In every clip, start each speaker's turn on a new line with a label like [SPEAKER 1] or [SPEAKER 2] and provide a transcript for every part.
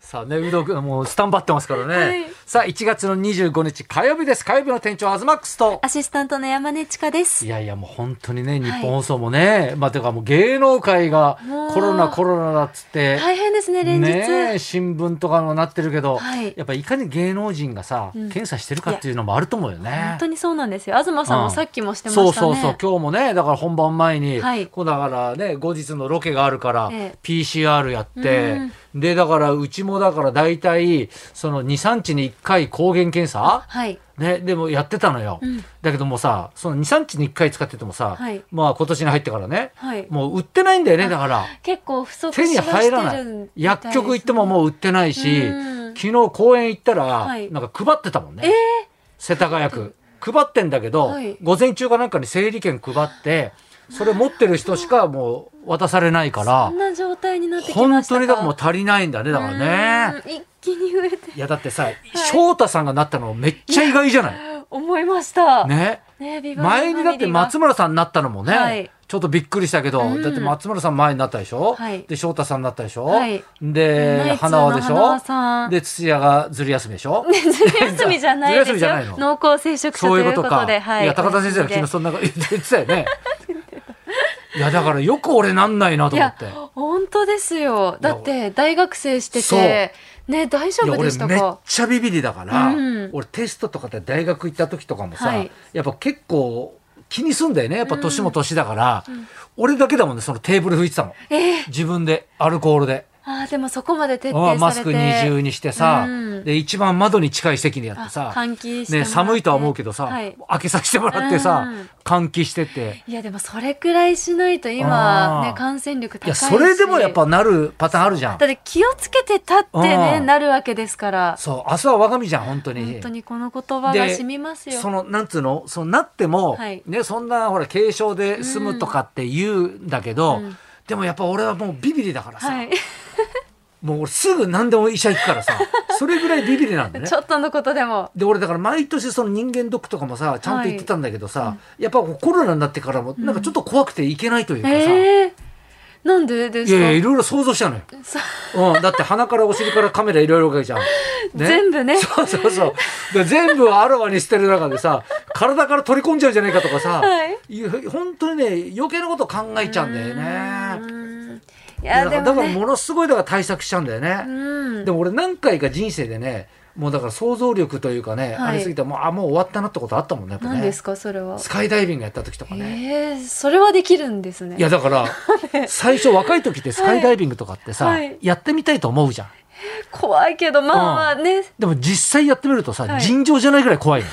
[SPEAKER 1] さあね、有働君、もうスタンバってますからね。
[SPEAKER 2] はい
[SPEAKER 1] さあ、1月の25日火曜日です。火曜日の店長、アズマックスと。
[SPEAKER 2] アシスタントの山根千佳です
[SPEAKER 1] い。やいや、もう本当にね、日本放送もね、まあ、てかもう芸能界が
[SPEAKER 2] もう
[SPEAKER 1] コロナコロナだっつって、
[SPEAKER 2] 大変ですね、連日。
[SPEAKER 1] ねえ、新聞とかもなってるけど、
[SPEAKER 2] はい
[SPEAKER 1] やっぱいかに芸能人がさ、
[SPEAKER 2] うん
[SPEAKER 1] 検査してるかっていうのもあると思うよね
[SPEAKER 2] 本。当にそうなんですよ。東さん
[SPEAKER 1] うん
[SPEAKER 2] もさっきもしてました
[SPEAKER 1] そ
[SPEAKER 2] ね。
[SPEAKER 1] うそうそう、今日もね、だから本番前に、
[SPEAKER 2] はい
[SPEAKER 1] こうだからね、後日のロケがあるから
[SPEAKER 2] ええ、
[SPEAKER 1] PCR やって、で、だからうちもだから大体、その2、3日に1回抗原検査
[SPEAKER 2] はい。
[SPEAKER 1] ね、でもやってたのよ。
[SPEAKER 2] うん
[SPEAKER 1] だけどもさ、その2、3日に1回使っててもさ、
[SPEAKER 2] はい
[SPEAKER 1] まあ今年に入ってからね、
[SPEAKER 2] はい。
[SPEAKER 1] もう売ってないんだよね、だから。
[SPEAKER 2] 結構不足
[SPEAKER 1] 手に
[SPEAKER 2] しは
[SPEAKER 1] 入
[SPEAKER 2] して
[SPEAKER 1] らな
[SPEAKER 2] る
[SPEAKER 1] い
[SPEAKER 2] みたい
[SPEAKER 1] 薬局行っても
[SPEAKER 2] う。
[SPEAKER 1] もう売ってないし
[SPEAKER 2] うん
[SPEAKER 1] 昨日公園行ったら
[SPEAKER 2] はい
[SPEAKER 1] なんか配ってたもんね、世田谷区配ってんだけど、
[SPEAKER 2] はい
[SPEAKER 1] 午前中かなんかに整理券配ってそれ持ってる人しかもう渡されないから
[SPEAKER 2] こんな状態になってきま
[SPEAKER 1] 本
[SPEAKER 2] した
[SPEAKER 1] 当にだからもう足りないんだねだからね。
[SPEAKER 2] ね。一気に増えて、
[SPEAKER 1] いやだってさ、翔太さんがなったのめっちゃ意外じゃない
[SPEAKER 2] 思いました。ね。
[SPEAKER 1] ね
[SPEAKER 2] ビバリー
[SPEAKER 1] 前
[SPEAKER 2] フ
[SPEAKER 1] に
[SPEAKER 2] ァミリーが
[SPEAKER 1] だって松村さんになったのもね、
[SPEAKER 2] はい
[SPEAKER 1] ちょっとびっくりしたけど、
[SPEAKER 2] うん
[SPEAKER 1] だって松村さん前になったでしょ、
[SPEAKER 2] はい
[SPEAKER 1] で翔太さんになったでしょ、
[SPEAKER 2] はいナイツ
[SPEAKER 1] で
[SPEAKER 2] の
[SPEAKER 1] 花輪でし
[SPEAKER 2] 花
[SPEAKER 1] ょ
[SPEAKER 2] 輪さん
[SPEAKER 1] で土屋がずる休みでしょ、
[SPEAKER 2] ずる休みじゃない
[SPEAKER 1] ずる休み
[SPEAKER 2] です
[SPEAKER 1] じゃない
[SPEAKER 2] よ。
[SPEAKER 1] の
[SPEAKER 2] 濃厚接触者
[SPEAKER 1] そうい
[SPEAKER 2] というう
[SPEAKER 1] こ
[SPEAKER 2] ことと
[SPEAKER 1] か。、
[SPEAKER 2] で、はいい。
[SPEAKER 1] や高田先生が昨日そんなこと言ってたよ ね。いやだからよく俺なんないなと
[SPEAKER 2] い
[SPEAKER 1] 思
[SPEAKER 2] や
[SPEAKER 1] って。いや、
[SPEAKER 2] 本当ですよ。だって、大学生して
[SPEAKER 1] そう
[SPEAKER 2] て、ね、大丈夫
[SPEAKER 1] 俺
[SPEAKER 2] でした
[SPEAKER 1] めっ
[SPEAKER 2] か
[SPEAKER 1] ちゃビビりだから、
[SPEAKER 2] うん
[SPEAKER 1] 俺テストとかで大学行った時とかもさ、
[SPEAKER 2] はい
[SPEAKER 1] やっぱ結構気にすんだよねやっぱ年も年だから、俺だけだもんねそのテーブル拭いてたの
[SPEAKER 2] ええ
[SPEAKER 1] 自分でアルコールで。
[SPEAKER 2] ああ、でもそこまで徹底
[SPEAKER 1] う
[SPEAKER 2] され
[SPEAKER 1] ん
[SPEAKER 2] て。
[SPEAKER 1] マスク二重にしてさ、
[SPEAKER 2] うん
[SPEAKER 1] で一番窓に近い席にやってさ
[SPEAKER 2] あ換気しても
[SPEAKER 1] ね、
[SPEAKER 2] らって
[SPEAKER 1] 寒いとは思うけどさ、
[SPEAKER 2] はい
[SPEAKER 1] 開けさせてもらってさ、
[SPEAKER 2] うん
[SPEAKER 1] 換気してて。
[SPEAKER 2] いや、でもそれくらいしないと
[SPEAKER 1] あー
[SPEAKER 2] 今、ね、感染力
[SPEAKER 1] い
[SPEAKER 2] 高
[SPEAKER 1] や
[SPEAKER 2] いし。
[SPEAKER 1] それでもやっぱ。なるパターンあるじゃん
[SPEAKER 2] だって気をつけてたってね、
[SPEAKER 1] うん
[SPEAKER 2] なるわけですから。
[SPEAKER 1] そう明日は我が身じゃん本当に
[SPEAKER 2] 本当にこの言葉が
[SPEAKER 1] で
[SPEAKER 2] 染みますよ。
[SPEAKER 1] そのなんつうのそのなっても、
[SPEAKER 2] はい
[SPEAKER 1] ね、そんなほら軽症で済むとかって言うんだけど、
[SPEAKER 2] うん
[SPEAKER 1] でもやっぱ俺はもうビビリだからさ、
[SPEAKER 2] はい。
[SPEAKER 1] もう俺すぐ何でも医者行く からさそれぐらいビビリなんだね
[SPEAKER 2] ちょっとのことでも。
[SPEAKER 1] で俺だから毎年その人間ドックとかもさちゃんと行ってたんだけどさ、やっぱコロナになってからもなんかちょっと怖くて行けないというかさ、い
[SPEAKER 2] ええなんでです
[SPEAKER 1] や
[SPEAKER 2] か
[SPEAKER 1] いやいろいろ想像したのよ、
[SPEAKER 2] そ
[SPEAKER 1] うん、だって鼻からお尻からカメラいろいろかけ ちゃう、ね
[SPEAKER 2] 全部ね。
[SPEAKER 1] そうそうそうで全部をあらわにしてる中でさ体から取り込んじゃうんじゃないかとかさ、
[SPEAKER 2] はい
[SPEAKER 1] いう本当にね余計なこと考えちゃうんだよ
[SPEAKER 2] う
[SPEAKER 1] ね
[SPEAKER 2] ーんい
[SPEAKER 1] いやだ
[SPEAKER 2] や、
[SPEAKER 1] か
[SPEAKER 2] で
[SPEAKER 1] らだ
[SPEAKER 2] も
[SPEAKER 1] から
[SPEAKER 2] ね。
[SPEAKER 1] ものすごいだから対策しちゃうんだよね、
[SPEAKER 2] うん
[SPEAKER 1] で。も俺何回か人生でねもうだから想像力というかね、
[SPEAKER 2] は
[SPEAKER 1] あ
[SPEAKER 2] い
[SPEAKER 1] りすぎてもうあもう終わったなってことあったもんねやっぱね
[SPEAKER 2] 何ですか、それは。
[SPEAKER 1] スカイダイビングやった時とかね、
[SPEAKER 2] ええそれはできるんですね。
[SPEAKER 1] いやだから 最初若い時ってスカイダイビングとかってさ、
[SPEAKER 2] はい
[SPEAKER 1] やってみたいと思うじゃん
[SPEAKER 2] 怖いけど、まあまあね、
[SPEAKER 1] でも実際やってみるとさ、
[SPEAKER 2] はい
[SPEAKER 1] 尋常じゃないぐらい怖いの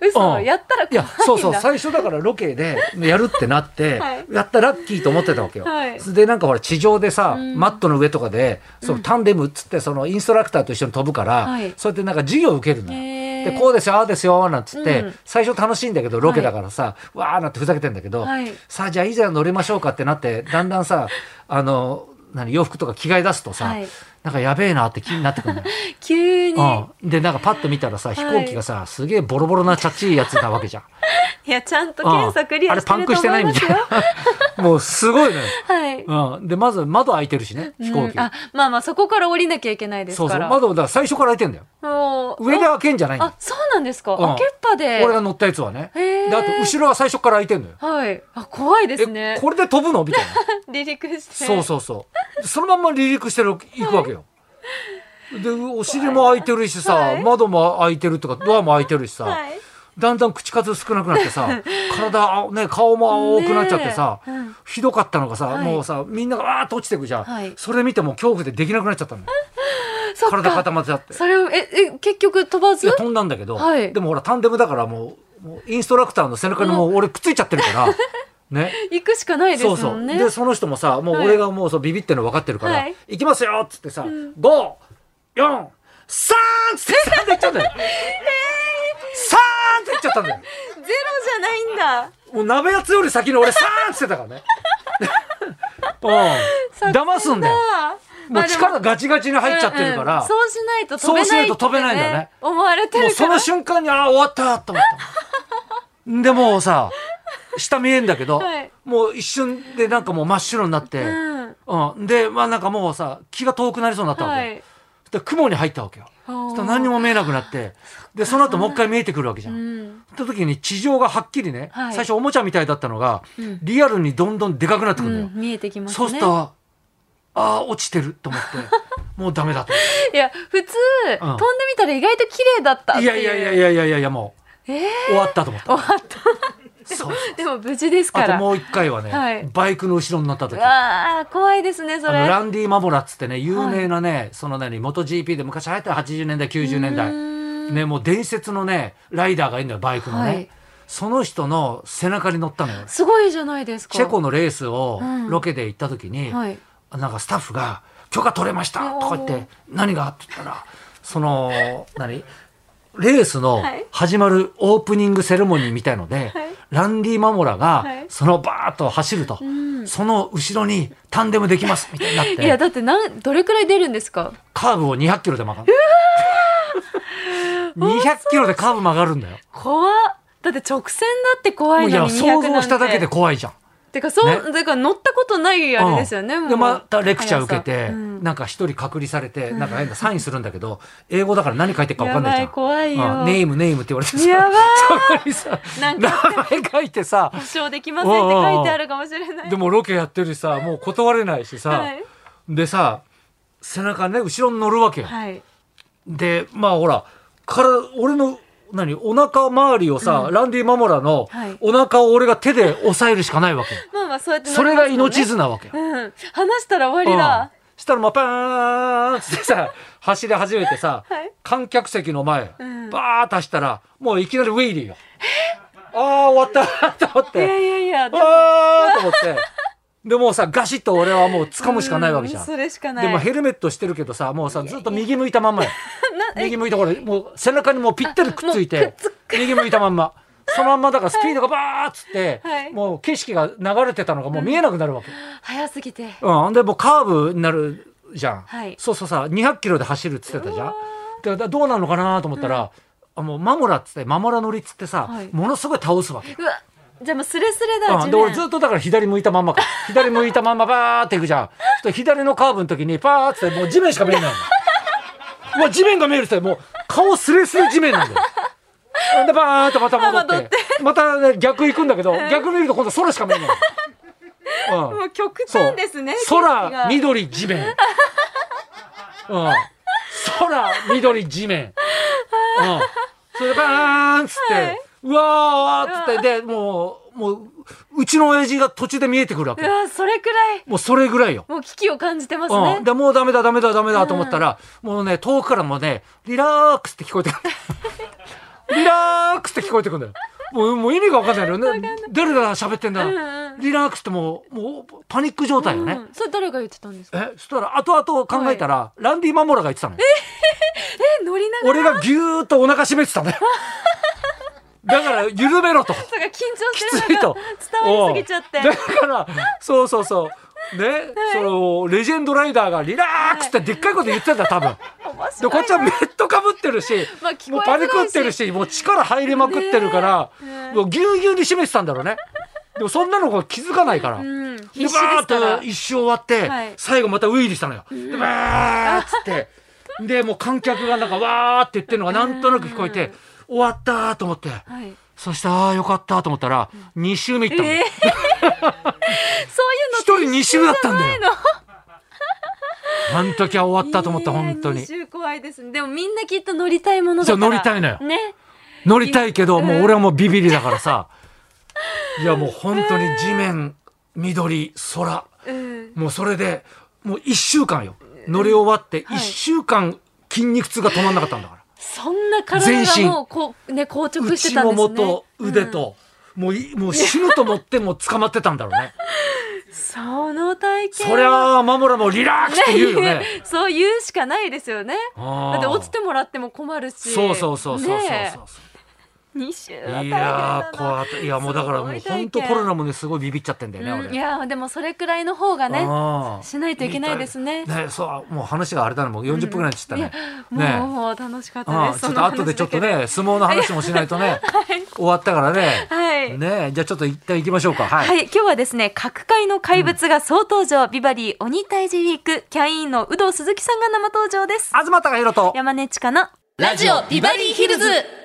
[SPEAKER 2] 嘘、
[SPEAKER 1] うん
[SPEAKER 2] やった ら怖いんだ
[SPEAKER 1] いやそうそう最初だからロケ でやるってなって、
[SPEAKER 2] はい
[SPEAKER 1] やったラッキーと思ってたわけよ、
[SPEAKER 2] はい
[SPEAKER 1] でなんかほら地上でさ、
[SPEAKER 2] うん
[SPEAKER 1] マットの上とかでそのタンデムっつってそのインストラクターと一緒に飛ぶから、
[SPEAKER 2] はい
[SPEAKER 1] そうやってなんか授業受けるのよ、
[SPEAKER 2] へ
[SPEAKER 1] で
[SPEAKER 2] ー
[SPEAKER 1] こうですよああですよなんつって、
[SPEAKER 2] うん
[SPEAKER 1] 最初楽しいんだけどロケだからさ、わーなんてふざけてんだけど、
[SPEAKER 2] はい
[SPEAKER 1] さあじゃあいざ乗りましょうかってなってだんだんさあの何洋服とか着替え出すとさ、
[SPEAKER 2] はい
[SPEAKER 1] なんかやべえなって気になってくる のよ
[SPEAKER 2] 急に、
[SPEAKER 1] うん、でなんかパッと見たらさ飛行機がさ、すげえボロボロなチャッチいやつなわけじゃん。
[SPEAKER 2] いやちゃんと
[SPEAKER 1] うん
[SPEAKER 2] 検査クリ
[SPEAKER 1] あ
[SPEAKER 2] ア
[SPEAKER 1] れ
[SPEAKER 2] して
[SPEAKER 1] パン
[SPEAKER 2] る
[SPEAKER 1] クし
[SPEAKER 2] と
[SPEAKER 1] て
[SPEAKER 2] 思
[SPEAKER 1] ない
[SPEAKER 2] い
[SPEAKER 1] み
[SPEAKER 2] ます
[SPEAKER 1] たい
[SPEAKER 2] よ。
[SPEAKER 1] なもうすごいのよ、
[SPEAKER 2] はい。
[SPEAKER 1] うん、でまず窓開いてるしね飛行機、
[SPEAKER 2] うんあまあまあそこから降りなきゃいけないです
[SPEAKER 1] そう
[SPEAKER 2] か
[SPEAKER 1] そう
[SPEAKER 2] ら。
[SPEAKER 1] 窓だから最初から開いてんだよ
[SPEAKER 2] もう
[SPEAKER 1] 上で開けんじゃないんだよ
[SPEAKER 2] あそうなんですか。
[SPEAKER 1] うん
[SPEAKER 2] 開けっぱで。
[SPEAKER 1] 俺が乗ったやつはね
[SPEAKER 2] へー
[SPEAKER 1] だって後ろは最初から開いてんのよ
[SPEAKER 2] はい。あ怖いですね
[SPEAKER 1] え。これで飛ぶのみたいな
[SPEAKER 2] 離陸して。
[SPEAKER 1] そうそうそうそのまんま離陸してる行くわけよ、でお尻も開いてるしさ、
[SPEAKER 2] はい
[SPEAKER 1] 窓も開いてるとかドアも開いてるしさ、
[SPEAKER 2] はい。
[SPEAKER 1] だんだん口数少なくなって さ体あね顔も青くなっちゃってさ、
[SPEAKER 2] ねえうん
[SPEAKER 1] ひどかったのがさ、
[SPEAKER 2] はい
[SPEAKER 1] もうさみんながわーっと落ちてくじゃん、
[SPEAKER 2] はい
[SPEAKER 1] それ見てもう恐怖でできなくなっちゃったのよ
[SPEAKER 2] そっか
[SPEAKER 1] 体固まっちゃって
[SPEAKER 2] それをええ結局飛ば
[SPEAKER 1] い
[SPEAKER 2] ず
[SPEAKER 1] や。飛んだんだけど、
[SPEAKER 2] はい
[SPEAKER 1] でもほらタンデムだからもうもうインストラクターの背中にもう俺くっついちゃってる から、ね
[SPEAKER 2] 行くしかないで
[SPEAKER 1] そう
[SPEAKER 2] す
[SPEAKER 1] そ
[SPEAKER 2] も
[SPEAKER 1] うん
[SPEAKER 2] ね。
[SPEAKER 1] でその人もさもう
[SPEAKER 2] はい
[SPEAKER 1] 俺がもうそうビビってるの分かってるから「
[SPEAKER 2] はい
[SPEAKER 1] 行きますよ」っつってさ「
[SPEAKER 2] ん
[SPEAKER 1] 543」三っつって3で行っち ゃったんだよ。3って言っちゃったんだよ。
[SPEAKER 2] ゼロじゃないんだ。
[SPEAKER 1] もう鍋やつより先に俺さーんって言ってたからね。うん。騙すんだよ。もう力ガチガチに入っちゃってるから、
[SPEAKER 2] うんうんそうしないと飛べない
[SPEAKER 1] そう
[SPEAKER 2] って、
[SPEAKER 1] しないと飛べないんだね
[SPEAKER 2] 思われてるから
[SPEAKER 1] もうその瞬間に、ああ、終わったと思ったの。で、もうさ、下見えんだけど、
[SPEAKER 2] はい
[SPEAKER 1] もう一瞬でなんかもう真っ白になって、
[SPEAKER 2] うん
[SPEAKER 1] うん、でまあなんかもうさ気が遠くなりそうになったわけ、
[SPEAKER 2] はい。
[SPEAKER 1] で雲に入ったわけよそしたら何にも見えなくなってでその後もう一回見えてくるわけじ
[SPEAKER 2] う
[SPEAKER 1] ゃん、
[SPEAKER 2] ん。
[SPEAKER 1] った時に地上がはっきりね、
[SPEAKER 2] はい
[SPEAKER 1] 最初おもちゃみたいだったのが
[SPEAKER 2] うん
[SPEAKER 1] リアルにどんどんでかくなってくるんだよ、
[SPEAKER 2] うん見えてきますね。
[SPEAKER 1] そうしたらああー落ちてると思って もうダメだと思っ
[SPEAKER 2] いや、普通、
[SPEAKER 1] ん
[SPEAKER 2] 飛んでみたら意外と綺麗だったってていう。
[SPEAKER 1] いやいやいやいやいやいやいやもう、
[SPEAKER 2] え
[SPEAKER 1] 終わったと思った
[SPEAKER 2] 終わった。
[SPEAKER 1] そう
[SPEAKER 2] でも無事 です
[SPEAKER 1] あ
[SPEAKER 2] か
[SPEAKER 1] と
[SPEAKER 2] ら。
[SPEAKER 1] もう一回はね、
[SPEAKER 2] はい
[SPEAKER 1] バイクの後ろになった
[SPEAKER 2] う
[SPEAKER 1] 時あ
[SPEAKER 2] わあ、怖いですね、そ
[SPEAKER 1] の
[SPEAKER 2] れ。
[SPEAKER 1] ランディ・マボラっつってね有名なね、その何元 GP で昔流行った80年代90年代
[SPEAKER 2] うーん
[SPEAKER 1] ねもう伝説のねライダーがいるんだよバイクのね、
[SPEAKER 2] はい
[SPEAKER 1] その人の背中に乗ったのよ
[SPEAKER 2] すごいじゃないですか。
[SPEAKER 1] チェコのレースを
[SPEAKER 2] うん
[SPEAKER 1] ロケで行った時に、
[SPEAKER 2] はい。
[SPEAKER 1] なんかスタッフが「許可取れました」とか言っ
[SPEAKER 2] おー
[SPEAKER 1] て「何が?」って言ったらその何レースの
[SPEAKER 2] はい
[SPEAKER 1] 始まるオープニングセレモニーみたいので、
[SPEAKER 2] はい
[SPEAKER 1] ランディ・マモラが
[SPEAKER 2] はい
[SPEAKER 1] そのバーッと走ると、
[SPEAKER 2] ん
[SPEAKER 1] その後ろにタンデムできますみたいになっ
[SPEAKER 2] い
[SPEAKER 1] て
[SPEAKER 2] や、だってなん、どれくらい出るんですか
[SPEAKER 1] カーブを200キロで曲がる200キロでカーブ曲がるんだよ。
[SPEAKER 2] 怖っ。だって直線だって怖い
[SPEAKER 1] もういや
[SPEAKER 2] のに200な
[SPEAKER 1] 想
[SPEAKER 2] んて
[SPEAKER 1] 像しただけで怖いじゃん。
[SPEAKER 2] てかそう、
[SPEAKER 1] ね
[SPEAKER 2] だから乗ったことないあれですよね、
[SPEAKER 1] うん
[SPEAKER 2] もう
[SPEAKER 1] でまたレクチャー受けて、
[SPEAKER 2] うん
[SPEAKER 1] なんか一人隔離されて、なんか変なサインするんだけど、英語だから何書いてるか分か
[SPEAKER 2] や
[SPEAKER 1] んない
[SPEAKER 2] ば
[SPEAKER 1] じゃ
[SPEAKER 2] い
[SPEAKER 1] ん。
[SPEAKER 2] 怖いよ、
[SPEAKER 1] うんネームネームって言われてさ
[SPEAKER 2] やばい
[SPEAKER 1] そこにさ
[SPEAKER 2] なん
[SPEAKER 1] 名
[SPEAKER 2] か
[SPEAKER 1] 前書いてさ
[SPEAKER 2] 保証できませんって書いてあるかもしれない
[SPEAKER 1] でもロケやってるしさもう断れないしさ、
[SPEAKER 2] はい、
[SPEAKER 1] でさ背中ね後ろに乗るわけよ、
[SPEAKER 2] はい、
[SPEAKER 1] でまあほらから俺の何お腹周りをさ、ランディ・マモラの
[SPEAKER 2] はい
[SPEAKER 1] お腹を俺が手で押さえるしかないわけよ、
[SPEAKER 2] まあまあそうやって乗
[SPEAKER 1] そ
[SPEAKER 2] り
[SPEAKER 1] れ
[SPEAKER 2] ま
[SPEAKER 1] が
[SPEAKER 2] すもんね
[SPEAKER 1] 命綱わけよ、
[SPEAKER 2] うん話したら終わりだ、
[SPEAKER 1] うんしたらまあパーンっつって さ走り始めてさ、
[SPEAKER 2] はい
[SPEAKER 1] 観客席の前、
[SPEAKER 2] うん
[SPEAKER 1] バーッと走ったらもういきなりウェイリーよ。ああ終わったと思っ
[SPEAKER 2] いや
[SPEAKER 1] て
[SPEAKER 2] いやいや
[SPEAKER 1] ああと思ってでもうさガシッと俺はもう掴むしかないわけじゃ。
[SPEAKER 2] うんそれしかない
[SPEAKER 1] でもヘルメットしてるけどさもうさずっと右向いたまんまよ
[SPEAKER 2] なえ
[SPEAKER 1] 右向いたこれもう背中にもうぴったりくっつい
[SPEAKER 2] あもう
[SPEAKER 1] て
[SPEAKER 2] くっ
[SPEAKER 1] 右向いたまんまそのまんまだからスピードがバーッつって、
[SPEAKER 2] はい
[SPEAKER 1] もう景色が流れてたのがもう見えなくなるわけ。
[SPEAKER 2] 早すぎて
[SPEAKER 1] うん、でもうカーブになるじゃん、
[SPEAKER 2] はい
[SPEAKER 1] そうそうさ200キロで走るっつってたじゃんでだどうなのかなと思ったら、あもうマモラっつってマモラ乗りっつってさ、
[SPEAKER 2] はい
[SPEAKER 1] ものすごい倒すわけ、
[SPEAKER 2] うわじゃあもうスレスレだ
[SPEAKER 1] うん、
[SPEAKER 2] 地
[SPEAKER 1] で
[SPEAKER 2] 面
[SPEAKER 1] 俺ずっとだから左向いたまんま か左向いたまんまバーっていくじゃんそして左のカーブの時にパーっつってもう地面しか見えない のもう地面が見えるっつってもう顔すれすれ地面なんだよでバーっとまた戻って
[SPEAKER 2] あ戻っ
[SPEAKER 1] また、ね、逆行くんだけど、逆見ると今度空しか見えない の、うん、
[SPEAKER 2] もう極
[SPEAKER 1] そう
[SPEAKER 2] 端ですね景色
[SPEAKER 1] 空
[SPEAKER 2] が
[SPEAKER 1] 緑地 面うん空緑地 面うんそれでバーンっつって、
[SPEAKER 2] はいう
[SPEAKER 1] わーっつってでもうもううちの親父が途中で見えてくるわ
[SPEAKER 2] う
[SPEAKER 1] け
[SPEAKER 2] わそれくらい
[SPEAKER 1] もうそれぐらいよ、
[SPEAKER 2] もう危機を感じてます
[SPEAKER 1] うん、
[SPEAKER 2] ね
[SPEAKER 1] でもうダメだダメだダメだと思ったら、もうね遠くからもねリラックスって聞こえて くるリラックスって聞こえてくるんだよもうもう意味が分かんないのよね誰が喋ってんだ、
[SPEAKER 2] うんうん
[SPEAKER 1] リラックスってもうもうパニック状態よね、
[SPEAKER 2] うんそれ誰が言ってたんですか
[SPEAKER 1] えそしたら後々考えたら、ランディ・マモラが言ってたの
[SPEAKER 2] え乗りながら
[SPEAKER 1] 俺がぎゅーっとお腹締めてたん だよだから緩めろと
[SPEAKER 2] なんか緊張
[SPEAKER 1] き
[SPEAKER 2] して
[SPEAKER 1] つい
[SPEAKER 2] るの
[SPEAKER 1] と
[SPEAKER 2] が 伝わりすぎちゃって
[SPEAKER 1] おうだからそうそうそうね、そのレジェンドライダーがリラックスってでっかいこと言ってたんだ多分
[SPEAKER 2] 面白
[SPEAKER 1] で
[SPEAKER 2] い
[SPEAKER 1] こっちはメットかぶってるし、
[SPEAKER 2] まあ聞
[SPEAKER 1] もう
[SPEAKER 2] こえづ
[SPEAKER 1] パ
[SPEAKER 2] らいし
[SPEAKER 1] ニクってるしもう力入りまくってるから、
[SPEAKER 2] ねえ
[SPEAKER 1] もうぎゅうぎゅうに締めてたんだろうねでもそんなのが気づかないから、
[SPEAKER 2] うん
[SPEAKER 1] で
[SPEAKER 2] 必死で
[SPEAKER 1] バー
[SPEAKER 2] すから
[SPEAKER 1] ッと一周終わって、
[SPEAKER 2] はい
[SPEAKER 1] 最後またウィーリーしたのよ。でバーッつってでもう観客がなんかわーって言ってるのがなんとなく聞こえて終わったーと思って
[SPEAKER 2] はい
[SPEAKER 1] そしてああよかったと思ったら2周目行っ
[SPEAKER 2] え
[SPEAKER 1] たの、
[SPEAKER 2] えそう
[SPEAKER 1] 一人2周だったんだ
[SPEAKER 2] いう
[SPEAKER 1] よ。
[SPEAKER 2] のない
[SPEAKER 1] あの時は終わ
[SPEAKER 2] の
[SPEAKER 1] ったと思った
[SPEAKER 2] いや
[SPEAKER 1] 本当に
[SPEAKER 2] 二周怖いですねでもみんなきっと乗りたいものだか
[SPEAKER 1] そ
[SPEAKER 2] ら
[SPEAKER 1] う乗りたいのよ
[SPEAKER 2] ね
[SPEAKER 1] 乗りたいけど
[SPEAKER 2] うん
[SPEAKER 1] もう俺はもうビビりだから さいやもう本当に地面緑空
[SPEAKER 2] うん
[SPEAKER 1] もうそれでもう1週間よ乗り終わって
[SPEAKER 2] はい
[SPEAKER 1] 1週間筋肉痛が止まんなかったんだから。
[SPEAKER 2] そんな体がもうこうね硬直してたん
[SPEAKER 1] 内も
[SPEAKER 2] ですね
[SPEAKER 1] もと腕と、もういもう死ぬと思っても捕まってたんだ ろうね
[SPEAKER 2] うんその体験
[SPEAKER 1] そりゃあマモラもリラックスって言うよね
[SPEAKER 2] そう言うしかないですよね
[SPEAKER 1] あー
[SPEAKER 2] だって落ちてもらっても困るし
[SPEAKER 1] そうそうそうそうそうそう
[SPEAKER 2] ねえ二週は大
[SPEAKER 1] い
[SPEAKER 2] 変だ
[SPEAKER 1] や
[SPEAKER 2] な
[SPEAKER 1] ー怖いいやもうだからもう
[SPEAKER 2] すごい
[SPEAKER 1] 本当
[SPEAKER 2] 体験
[SPEAKER 1] コロナもねすごいビビっちゃってんだよね、
[SPEAKER 2] う
[SPEAKER 1] 俺
[SPEAKER 2] んいやでもそれくらいの方がね
[SPEAKER 1] うん
[SPEAKER 2] しないといけないですね
[SPEAKER 1] ねそうもう話があれだねもう40分ぐらいになっちゃったね、
[SPEAKER 2] いやもうもう楽しかっ
[SPEAKER 1] う
[SPEAKER 2] たで
[SPEAKER 1] ん
[SPEAKER 2] す
[SPEAKER 1] ちょ
[SPEAKER 2] そ
[SPEAKER 1] っ
[SPEAKER 2] の
[SPEAKER 1] と
[SPEAKER 2] 話
[SPEAKER 1] 後でちょっと
[SPEAKER 2] だ
[SPEAKER 1] ね相撲の話もしない とね、終わったからね
[SPEAKER 2] け、ではい
[SPEAKER 1] ねじゃあちょっと一旦行きましょうかはい、
[SPEAKER 2] はい、今日はですね、各界の怪物が総登場、ビバリー鬼退治ウィーク、キャインの有働鈴木さんが生登場です。
[SPEAKER 1] 東貴博と
[SPEAKER 2] 山根ちかの、
[SPEAKER 3] ラジオビバリーヒルズ